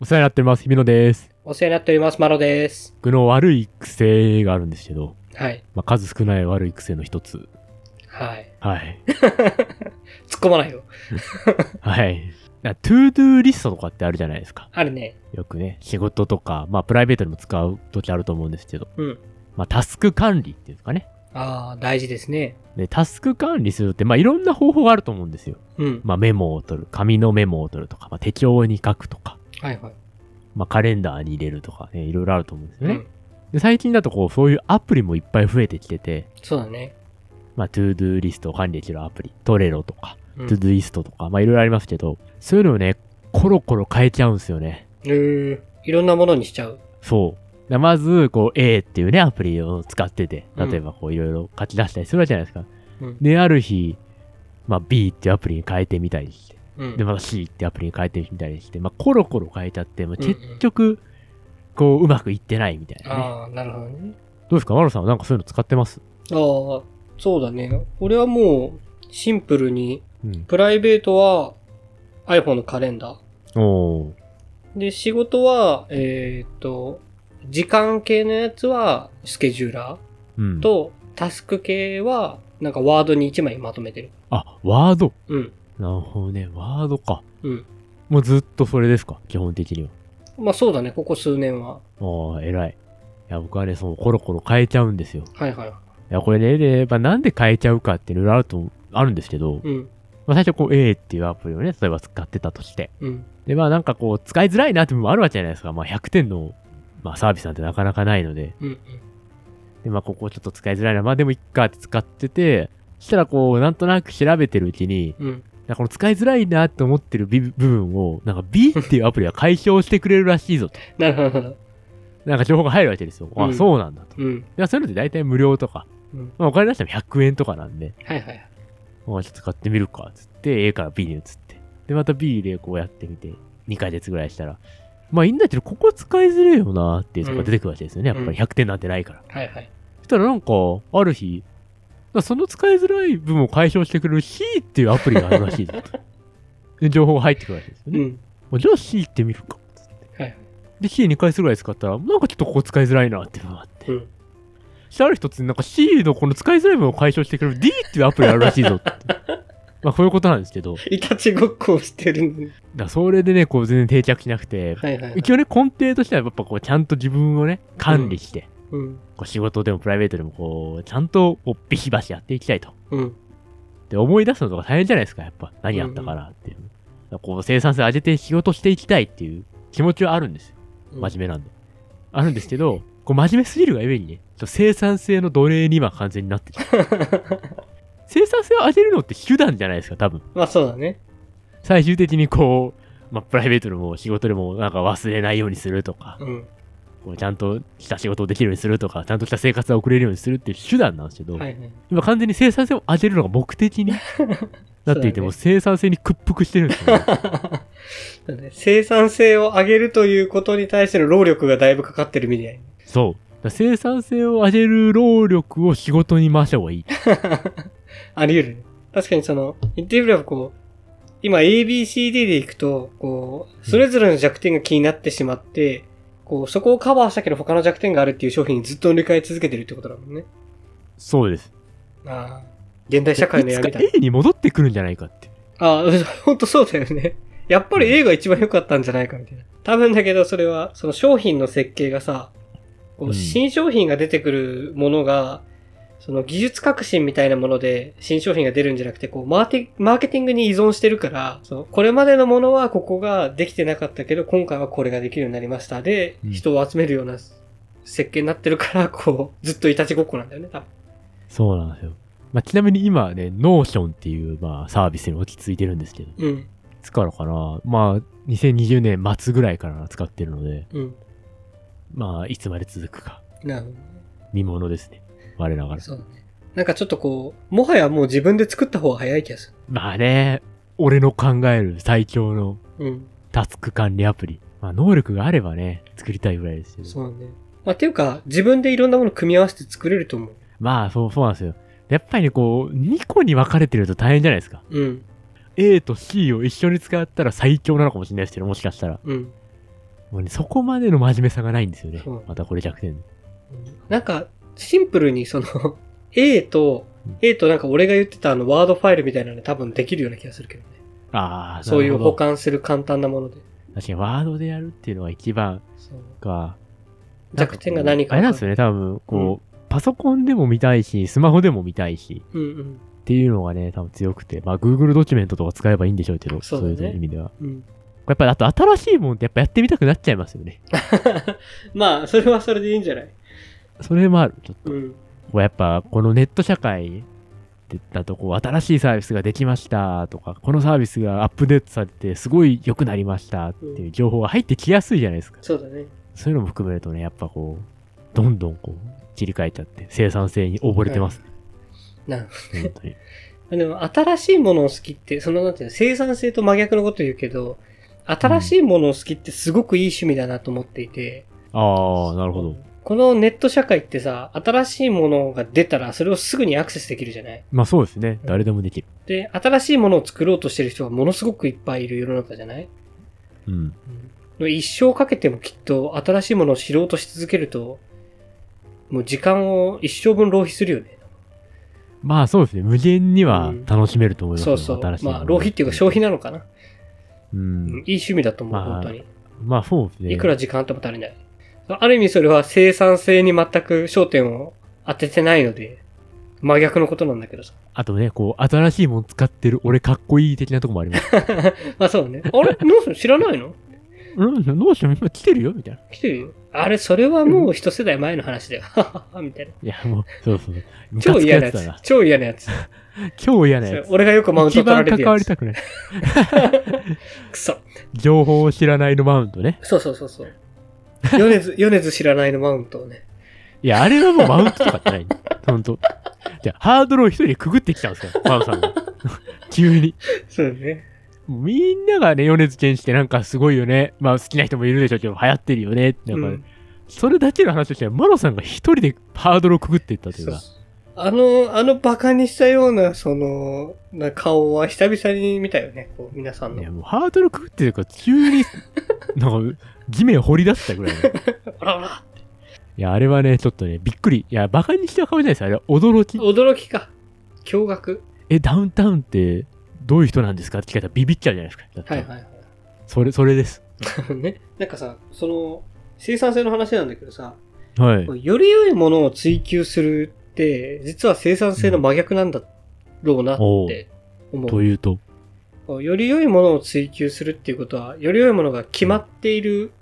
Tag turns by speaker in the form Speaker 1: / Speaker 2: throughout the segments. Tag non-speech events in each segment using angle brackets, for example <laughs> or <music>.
Speaker 1: お世話になっております、日比野です。
Speaker 2: お世話になっております、マロです。
Speaker 1: 僕の悪い癖があるんですけど、
Speaker 2: はい。
Speaker 1: まあ、数少ない悪い癖の一つ。
Speaker 2: はい。
Speaker 1: はい。
Speaker 2: 突っ込まないよ。
Speaker 1: はい。なトゥードゥーリストとかってあるじゃないですか。
Speaker 2: あるね。
Speaker 1: よくね、仕事とか、まあ、プライベートにも使う時あると思うんですけど、
Speaker 2: うん。
Speaker 1: まあ、タスク管理っていうんですかね。
Speaker 2: ああ、大事ですね。
Speaker 1: で、タスク管理するって、まあ、いろんな方法があると思うんですよ。
Speaker 2: うん。
Speaker 1: まあ、メモを取る、紙のメモを取るとか、まあ、適応に書くとか、
Speaker 2: はいはい。
Speaker 1: まあ、カレンダーに入れるとかね、いろいろあると思うんですよ
Speaker 2: う
Speaker 1: ね。
Speaker 2: ん。
Speaker 1: で最近だとこう、そういうアプリもいっぱい増えてきてて、
Speaker 2: そうだね。
Speaker 1: まあ、トゥードゥーリストを管理できるアプリ、トレロとか、ト
Speaker 2: うん。
Speaker 1: ゥー
Speaker 2: う
Speaker 1: ドゥーリストとか、まあ、いろいろありますけど、そういうのをね、コロコロ変えちゃうんですよね。
Speaker 2: ーん。いろんなものにしちゃう。
Speaker 1: そう。でまず、こう、A っていうね、アプリを使ってて、
Speaker 2: うん
Speaker 1: 例えばこう、いろいろ書き出したりするわけじゃないですか。
Speaker 2: うん。
Speaker 1: で、ある日、まあ、B っていうアプリに変えてみたりして、
Speaker 2: うん。
Speaker 1: で、また C ってアプリに変えてみたりして、まあ、コロコロ変えちゃって、まあ、
Speaker 2: うんうん
Speaker 1: 結局、こう、うまくいってないみたいなね。
Speaker 2: ああ、なるほどね。
Speaker 1: どうですかマロさんはなんかそういうの使ってます
Speaker 2: ああ、そうだね。俺はもう、シンプルに、
Speaker 1: うん。
Speaker 2: プライベートは iPhone のカレンダ
Speaker 1: おー。
Speaker 2: ー。で、仕事は、えーっと、時間系のやつはスケジューラ
Speaker 1: うん
Speaker 2: ー。と、タスク系は、なんかワードに1枚まとめてる。
Speaker 1: あ、ワード。
Speaker 2: うん。
Speaker 1: なるほどね。ワードか。
Speaker 2: うん。
Speaker 1: もうずっとそれですか基本的には。
Speaker 2: まあそうだね、ここ数年は。
Speaker 1: ああ、偉い。いや、僕はね、そのコロコロ変えちゃうんですよ。
Speaker 2: はいはい。
Speaker 1: いや、これね、で、まあ、なんで変えちゃうかっていうのあると、あるんですけど、
Speaker 2: うん。
Speaker 1: まあ、最初こう A っていうアプリをね、例えば使ってたとして。
Speaker 2: うん。
Speaker 1: で、まあなんかこう、使いづらいなって部分もあるわけじゃないですか。まあ100点の、まあサービスなんてなかなかないので。
Speaker 2: うん。うん
Speaker 1: で、まあここちょっと使いづらいな。まあでもいっかって使ってて、そしたらこう、なんとなく調べてるうちに、
Speaker 2: うん。
Speaker 1: なんかこの使いづらいなって思ってるビ部分を、なんか B っていうアプリが解消してくれるらしいぞと。
Speaker 2: なるほどなるほど。
Speaker 1: なんか情報が入るわけですよ。
Speaker 2: う
Speaker 1: あ、
Speaker 2: ん
Speaker 1: そうなんだと。
Speaker 2: うん。
Speaker 1: いや、そういうのって大体無料とか、
Speaker 2: うん。
Speaker 1: まあ、お金出しても100円とかなんで、
Speaker 2: はいはい。
Speaker 1: まあ、ちょっと買ってみるか、つって、A から B に移って。で、また B でこうやってみて、2ヶ月ぐらいしたら、まあいいんだけど、ここ使いづれえよなっていうとこが出てくるわけですよね。
Speaker 2: うん
Speaker 1: やっぱり100点なんてないから。
Speaker 2: はいはい。
Speaker 1: そしたらなんか、ある日、まあその使いづらい部分を解消してくれる C っていうアプリがあるらしいぞ
Speaker 2: <laughs>
Speaker 1: と。で、情報が入ってくるわけですよ
Speaker 2: う
Speaker 1: ね。
Speaker 2: ん。
Speaker 1: まあじゃあ C 行ってみるか。
Speaker 2: はいはい。
Speaker 1: で、C2 回すぐらい使ったら、なんかちょっとここ使いづらいなっていうのがあって。
Speaker 2: うん。
Speaker 1: してある一つになんか C のこの使いづらい部分を解消してくれる D っていうアプリあるらしいぞ
Speaker 2: <laughs>
Speaker 1: って。まあこういうことなんですけど、だか
Speaker 2: いたちごっこをしてるのに。
Speaker 1: らそれでね、こう全然定着しなくて、
Speaker 2: はいはいはい。
Speaker 1: 一応ね、根底としてはやっぱこうちゃんと自分をね、管理して、
Speaker 2: うん。
Speaker 1: こう仕事でもプライベートでもこう、ちゃんとこうビシバシやっていきたいと。
Speaker 2: うん。
Speaker 1: で、思い出すのとか大変じゃないですか、やっぱ。何やったかなっていう。だからこう生産性上げて仕事していきたいっていう気持ちはあるんですよ。真面目なんで。あるんですけど、こう真面目すぎるがゆえにね、ちょっと生産性の奴隷に今完全になってて生産性を上げるのって手段じゃないですか、多分。
Speaker 2: <laughs> まあそうだね。
Speaker 1: 最終的にこう、まあ、プライベートでも仕事でもなんか忘れないようにするとか、
Speaker 2: うん。
Speaker 1: こうちゃんとした仕事をできるようにするとか、ちゃんとした生活を送れるようにするっていう手段なんですけど、
Speaker 2: はいはい。
Speaker 1: 今完全に生産性を上げるのが目的
Speaker 2: <laughs>
Speaker 1: になっていて、もう
Speaker 2: そ
Speaker 1: 生産性に屈服してるんですよね。
Speaker 2: だね生産性を上げるということに対しての労力がだいぶかかってるみたい。
Speaker 1: そう。だから生産性を上げる労力を仕事に回した方
Speaker 2: <laughs>
Speaker 1: がいい。
Speaker 2: あり得るね。確かにその、言ってみればこう、今 ABCD で行くと、こう、それぞれの弱点が気になってしまって、こう、そこをカバーしたけど他の弱点があるっていう商品にずっと塗り替え続けてるってことだもんね。
Speaker 1: そうです。
Speaker 2: ああ。現代社会の
Speaker 1: いつ
Speaker 2: 闇
Speaker 1: か
Speaker 2: だ。
Speaker 1: A に戻ってくるんじゃないかって。
Speaker 2: あ <laughs> あ、ほんとそうだよね。やっぱり A が一番良かったんじゃないかみたいな。多分だけどそれは、その商品の設計がさ、こ
Speaker 1: うん
Speaker 2: う新商品が出てくるものが、その技術革新みたいなもので新商品が出るんじゃなくて、こうマーティ、マーケティングに依存してるから、そのこれまでのものはここができてなかったけど、今回はこれができるようになりました。で、
Speaker 1: うん
Speaker 2: 人を集めるような設計になってるから、こう、ずっといたちごっこなんだよね、多分。
Speaker 1: そうなんですよ。まあ、ちなみに今はね、ノーションっていう、まあ、サービスに落ち着いてるんですけど、い
Speaker 2: うん、
Speaker 1: つからかな、まあ、2020年末ぐらいから使ってるので、
Speaker 2: うん。
Speaker 1: まあ、いつまで続くか、
Speaker 2: なるほどね。
Speaker 1: 見ものですね。我ながら。
Speaker 2: そうだね。なんかちょっとこう、もはやもう自分で作った方が早い気がす
Speaker 1: まあね、俺の考える最強の
Speaker 2: る。うん。
Speaker 1: タスク管理アプリ。まあ、能力があればね、作りたいぐらいですけど。
Speaker 2: そうだね。まあ、っていうか、自分でいろんなもの組み合わせて作れると思う。
Speaker 1: まあ、そう、そうなんですよ。やっぱりね、こう、2個に分かれてると大変じゃないですか。
Speaker 2: うん。
Speaker 1: A と C を一緒に使ったら最強なのかもしれないですけど、もしかしたら。
Speaker 2: うん。
Speaker 1: もうね、そこまでの真面目さがないんですよね
Speaker 2: そう。
Speaker 1: またこれ弱点。
Speaker 2: なんか、シンプルにその、A <laughs> と、A となんか俺が言ってたあのワードファイルみたいなの多分できるような気がするけどね。
Speaker 1: ああ、
Speaker 2: そういう
Speaker 1: なるほ
Speaker 2: 保
Speaker 1: ど
Speaker 2: 管する簡単なもので。
Speaker 1: 確かにワードでやるっていうのが一番
Speaker 2: そう
Speaker 1: か。
Speaker 2: 弱点が何か
Speaker 1: あれなんですよね、多分、こう、パソコンでも見たいし、スマホでも見たいし、
Speaker 2: うんうん。
Speaker 1: っていうのがね、多分強くて、まあ、Google ドキュメントとか使えばいいんでしょうけど、
Speaker 2: そ
Speaker 1: そう
Speaker 2: だ
Speaker 1: う
Speaker 2: ね
Speaker 1: いう意味では。
Speaker 2: うん。 <laughs>
Speaker 1: やっぱり、あと新しいもんってやっぱやってみたくなっちゃいますよね。
Speaker 2: まあ、それはそれでいいんじゃない
Speaker 1: それもある。ちょっと
Speaker 2: うん。
Speaker 1: こうやっぱ、このネット社会だと、こう、新しいサービスができましたとか、このサービスがアップデートされて、すごい良くなりましたっていう情報が入ってきやすいじゃないですか。
Speaker 2: そうだね。
Speaker 1: そういうのも含めるとね、やっぱこう、どんどんこう、切り替えちゃって、生産性に溺れてます、
Speaker 2: な
Speaker 1: 本当に。
Speaker 2: でも、新しいものを好きって、その、なんていうの、生産性と真逆のこと言うけど、新しいものを好きってすごくいい趣味だなと思っていて、
Speaker 1: ああ、なるほど。
Speaker 2: このネット社会ってさ、新しいものが出たら、それをすぐにアクセスできるじゃない
Speaker 1: まあそうですね。誰でもできる。
Speaker 2: で、新しいものを作ろうとしてる人がものすごくいっぱいいる世の中じゃない
Speaker 1: うん。
Speaker 2: 一生かけてもきっと新しいものを知ろうとし続けると、もう時間を一生分浪費するよね。
Speaker 1: まあそうですね。無限には楽しめると思います
Speaker 2: そ
Speaker 1: よ、
Speaker 2: うそう。
Speaker 1: 新しいもの
Speaker 2: まあ、浪費っていうか消費なのかな。
Speaker 1: う
Speaker 2: うん
Speaker 1: ん。
Speaker 2: いい趣味だと思う、
Speaker 1: まあ
Speaker 2: 本当に。
Speaker 1: まあそうですね。
Speaker 2: いくら時間あっても足りない。ある意味それは生産性に全く焦点を当ててないので、真逆のことなんだけどさ。
Speaker 1: あとね、こう、新しいもん使ってる俺かっこいい的なとこもあります。
Speaker 2: まあそうだね。あ
Speaker 1: <laughs>
Speaker 2: れノーション知らないの
Speaker 1: うん、どうしても今来てるよみたいな。
Speaker 2: 来てるよ。あれ、それはもう一世代前の話だよ。 <laughs> はははみたいな。
Speaker 1: いや、もう、そうそう。ムカ
Speaker 2: 超
Speaker 1: つく
Speaker 2: 嫌なや
Speaker 1: だな
Speaker 2: つ。。超嫌なやつ。
Speaker 1: 超嫌な
Speaker 2: そ
Speaker 1: や
Speaker 2: れ
Speaker 1: つ。
Speaker 2: 俺がよくマウント
Speaker 1: 一
Speaker 2: 取ら
Speaker 1: 番
Speaker 2: れ
Speaker 1: 関
Speaker 2: てる
Speaker 1: わ
Speaker 2: や
Speaker 1: り
Speaker 2: つ。
Speaker 1: たくない。
Speaker 2: くそ。
Speaker 1: 情報を知らないのマウントね。
Speaker 2: そうそうそ
Speaker 1: <laughs>
Speaker 2: うそう。米津、米津知らないのマウントをね。
Speaker 1: いや、あれはもうマウントとかじゃない。 <laughs> ほんと。じゃあハードルを一人でくぐってきたんですよ、マウンさんが。 <laughs> 急に。
Speaker 2: そうだね。
Speaker 1: もうみんながね、米津玄師ってなんかすごいよね。まあ好きな人もいるでしょうけど、流行ってるよね。なんか、
Speaker 2: うん
Speaker 1: それだけの話としては、マロさんが一人でハードルをくぐっていったというか。
Speaker 2: そうあの、あのバカにしたような、その、な顔は久々に見たよね、こう、皆さん
Speaker 1: いや、
Speaker 2: の。
Speaker 1: もうハードルくぐってるから、急に、なんか、地面掘り出したぐらいの。い
Speaker 2: あらら
Speaker 1: や、あれはね、ちょっとね、びっくり。いや、馬鹿にした顔じゃないですよ。あれは驚き。
Speaker 2: 驚きか。驚愕。
Speaker 1: え、ダウンタウンって、どういう人なんですかって聞かれたらビビっちゃうじゃないですか。だって
Speaker 2: はいはいはい。
Speaker 1: それ、それです。
Speaker 2: 多分ね。なんかさ、その、生産性の話なんだけどさ、
Speaker 1: はい。
Speaker 2: より良いものを追求するって、実は生産性の真逆なんだろうなって思う。
Speaker 1: というと。
Speaker 2: より良いものを追求するっていうことは、より良いものが決まっている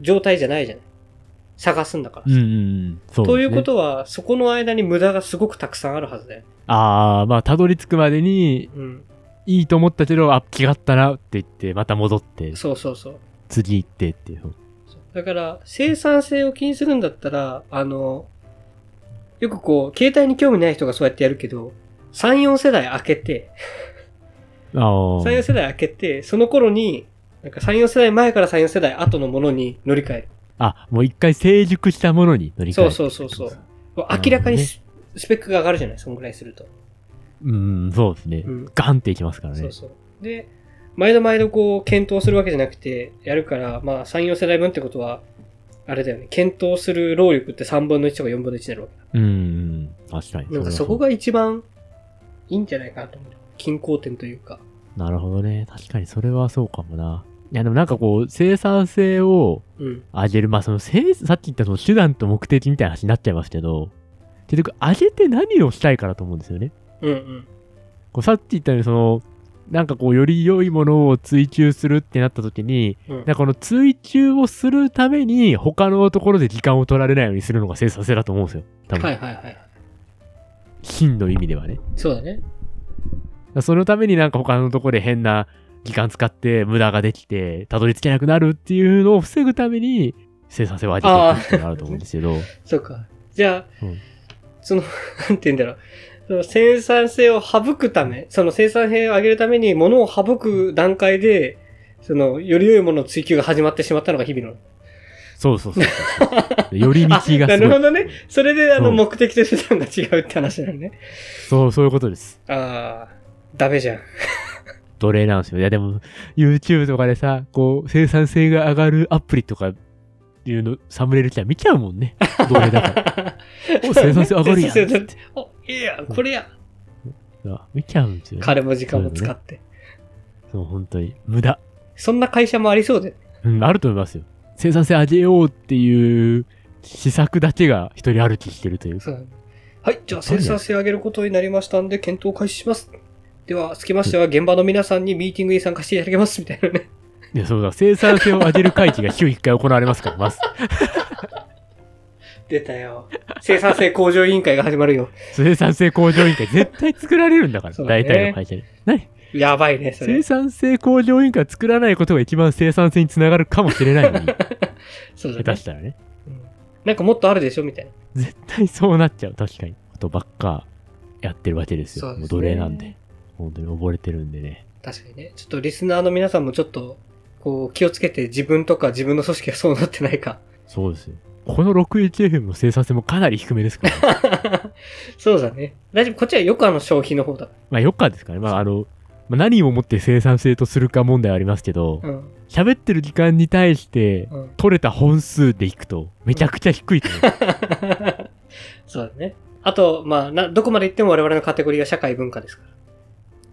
Speaker 2: 状態じゃないじゃない。探すんだから
Speaker 1: う
Speaker 2: さ。
Speaker 1: んうんうん。そうですね
Speaker 2: ということは、そこの間に無駄がすごくたくさんあるはずだよ。
Speaker 1: ああ、まあ、たどり着くまでに、
Speaker 2: うん。
Speaker 1: いいと思ったけど、あ、気がったなって言って、また戻って、
Speaker 2: そうそうそう。
Speaker 1: 次行ってっていう。
Speaker 2: そうだから、生産性を気にするんだったら、あの、よくこう、携帯に興味ない人がそうやってやるけど、3、4世代開けて、
Speaker 1: ああ。
Speaker 2: 3、4世代開けて、その頃に、なんか3、4世代前から3、4世代後のものに乗り換える。
Speaker 1: あ、もう一回成熟したものに乗り換える
Speaker 2: そうそうそうそう。こう
Speaker 1: なるほどね
Speaker 2: 明らかにス,、ペックが上がるじゃないそんぐらいすると。
Speaker 1: うん、そうですね
Speaker 2: う。ん。
Speaker 1: ガンっていきますから
Speaker 2: そ
Speaker 1: ね
Speaker 2: う。そう。で、毎度毎度こう、検討するわけじゃなくて、やるから、まあ、3、4世代分ってことは、あれだよね。検討する労力って3分の1とか4分の1になるわけ
Speaker 1: うん
Speaker 2: だ。
Speaker 1: うん、確かに。
Speaker 2: なんかそこ
Speaker 1: が。
Speaker 2: が一番いいんじゃないかなと思う。均衡点というか。
Speaker 1: なるほどね。確かにそれはそうかもな。いや、でもなんかこう、生産性を
Speaker 2: うん。
Speaker 1: 上げる。まあ、その、生さっき言ったその手段と目的みたいな話になっちゃいますけど、結局、上げて何をしたいからと思うんですよね。
Speaker 2: うんうん。
Speaker 1: こうさっき言ったように、その、なんかこう、より良いものを追求するってなった時に、
Speaker 2: うん
Speaker 1: なんかこの追求をするために、他のところで時間を取られないようにするのが生産性だと思うんですよ。多分、
Speaker 2: はいはいはい。
Speaker 1: 真の意味ではね。
Speaker 2: そうだね。
Speaker 1: そのためになんか他のとこで変な時間使って無駄ができて、たどり着けなくなるっていうのを防ぐために、生産性を上げていくっていうのがあると思うんですけど、
Speaker 2: そうか。じゃあ、
Speaker 1: うん
Speaker 2: その、 <laughs> なんて言うんだろう。その生産性を省くため、その生産性を上げるために物を省く段階で、その、より良いものの追求が始まってしまったのが日々の。
Speaker 1: そうそうそうそう。より道がすごい。
Speaker 2: あなるほどね。それで、あの、
Speaker 1: うん
Speaker 2: 目的と手段が違うって話なのね。
Speaker 1: そう、そういうことです。
Speaker 2: ああ、ダメじゃん。
Speaker 1: 奴隷なんですよ。いや、でも、YouTube とかでさ、こう、生産性が上がるアプリとかいうの、サムネイル来たら見ちゃうもんね。奴隷だから。お生産性上がるやん
Speaker 2: <laughs> 生産性だってお、いいや、これや。
Speaker 1: あ見ちゃうんですよね。
Speaker 2: 金も時間も使って。
Speaker 1: そう、本当に。無駄。
Speaker 2: そんな会社もありそうで。
Speaker 1: うん、あると思いますよ。生産性上げようっていう施策だけが一人歩きしてるという。
Speaker 2: そうはい、じゃあ生産性上げることになりましたんで、検討開始します。では、つきましては、現場の皆さんにミーティングに参加していただけます、みたい
Speaker 1: <laughs>
Speaker 2: なね。
Speaker 1: いや、そうだ、生産性を上げる会議が週1回行われますから、
Speaker 2: <laughs>
Speaker 1: まず。
Speaker 2: 出たよ。生産性向上委員会が始まるよ。
Speaker 1: 生産性向上委員会絶対作られるんだから、
Speaker 2: そうだね
Speaker 1: 大体の会社で。何
Speaker 2: やばいね、そ
Speaker 1: 生
Speaker 2: れ。
Speaker 1: 産性向上委員会作らないことが一番生産性につながるかもしれ
Speaker 2: <laughs>
Speaker 1: ないのに、
Speaker 2: そう
Speaker 1: 下
Speaker 2: だ
Speaker 1: 手
Speaker 2: ね
Speaker 1: し。たらね。
Speaker 2: うんなんかもっとあるでしょみたいな。
Speaker 1: 絶対そうなっちゃう、確かに。ことばっかやってるわけですよ。
Speaker 2: そうですね
Speaker 1: もう奴隷なんで。本当に溺れてるんでね。
Speaker 2: 確かにね。ちょっとリスナーの皆さんもちょっと、こう、気をつけて自分とか自分の組織がそうなってないか。 <laughs>
Speaker 1: そうですよ。この 61FM の生産性もかなり低めですから。
Speaker 2: そうだね。大丈夫。こっちはよくあの消費の方だ。
Speaker 1: まあ、よっかですかね。まあ、あの、まあ、何をもって生産性とするか問題はありますけど
Speaker 2: う、ん。
Speaker 1: 喋ってる時間に対して、
Speaker 2: うん。
Speaker 1: 取れた本数でいくと、めちゃくちゃ低いと <laughs> 思う。
Speaker 2: <laughs> そうだね。あと、まあ、な、どこまで行っても我々のカテゴリーは社会文化ですから。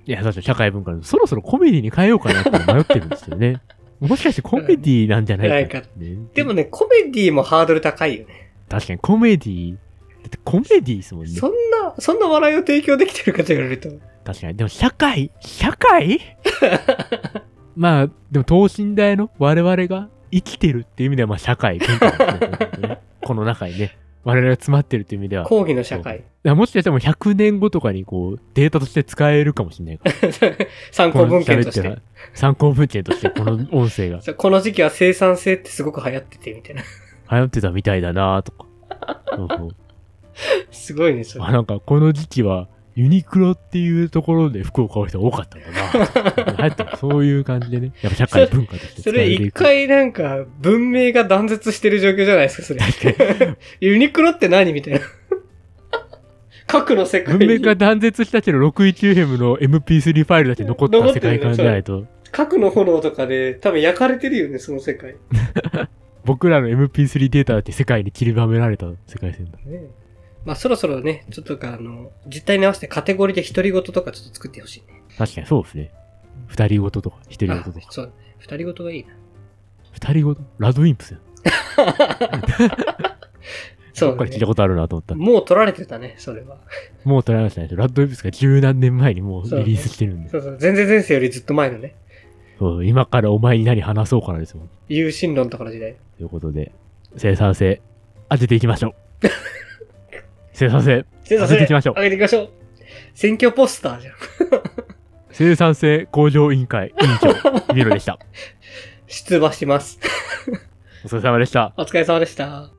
Speaker 1: いや、確かに社会文化の、そろそろコメディに変えようかなって迷ってるんですよ <laughs> ね。もしかしてコメディなんじゃないかって、ね。
Speaker 2: でもね、コメディもハードル高いよね。
Speaker 1: 確かにコメディ、だってコメディですもんね。
Speaker 2: そんな、そんな笑いを提供できてるかと言われると。
Speaker 1: 確かに。でも社会社
Speaker 2: <laughs>
Speaker 1: 会まあ、でも等身大の我々が生きてるっていう意味では、まあ社会文化です
Speaker 2: <laughs>
Speaker 1: ねこの中にね、我々が詰まってるっていう意味では。だか
Speaker 2: 抗義の社会。
Speaker 1: らもしかしてもう100年後とかにこう、データとして使えるかもしれないから。
Speaker 2: <laughs> 参考文献とし
Speaker 1: この喋って
Speaker 2: て。
Speaker 1: る参考文献として、この音声
Speaker 2: <laughs>
Speaker 1: が
Speaker 2: この時期は生産性ってすごく流行ってて、みたいな。 <laughs>
Speaker 1: 流行ってたみたいだなとか。そうそう
Speaker 2: すごいね、それ。
Speaker 1: あ、なんかこの時期は、ユニクロっていうところで服を買う人が多かったんだな
Speaker 2: <laughs>
Speaker 1: 流行ってるそういう感じでね。やっぱ社会文化として使
Speaker 2: そ
Speaker 1: われ
Speaker 2: れ
Speaker 1: ていく。
Speaker 2: 一回なんか文明が断絶してる状況じゃないですか、それ。
Speaker 1: 確
Speaker 2: <laughs> ユニクロって何みたいな。 <laughs> 核の世界
Speaker 1: 文
Speaker 2: に
Speaker 1: 明が断絶したけど、619M の MP3 ファイルだけ残った世界観じゃないと、
Speaker 2: 核の炎とかで多分焼かれてるよね、その世界。
Speaker 1: <laughs> 僕らの MP3 データだって世界に散りばめられた世界線だ。
Speaker 2: ねまあそろそろね、ちょっとかあの、実態に合わせてカテゴリーで独り言とかちょっと作ってほしいね。
Speaker 1: 確かにそうですね。二人ごととか、一人
Speaker 2: あ
Speaker 1: ごととか。
Speaker 2: そう、二人ごとがいいな。
Speaker 1: 二人ごとラドウィンプスやん。
Speaker 2: そ
Speaker 1: どっ
Speaker 2: う
Speaker 1: から
Speaker 2: だ
Speaker 1: 聞いた
Speaker 2: ね。
Speaker 1: ことあるなと思った。
Speaker 2: もう取られてたね、それは。
Speaker 1: もう取られましたね。ラドウィンプスが十何年前にもう
Speaker 2: そう
Speaker 1: リリースしてるんで。
Speaker 2: そうそう、全然前世よりずっと前のね、
Speaker 1: そう、今からお前に何話そうかなですもん。
Speaker 2: 有心論とかの時代。
Speaker 1: ということで、生産性、当てていきまし
Speaker 2: <laughs>
Speaker 1: ょう。生産性、
Speaker 2: 生産性
Speaker 1: 上げていきましょう
Speaker 2: 上げていきましょう。選挙ポスターじゃん。
Speaker 1: 生産性向上委員会委員長、ミロでした。
Speaker 2: 出馬します。
Speaker 1: お疲れ様でした。
Speaker 2: お疲れ様でした。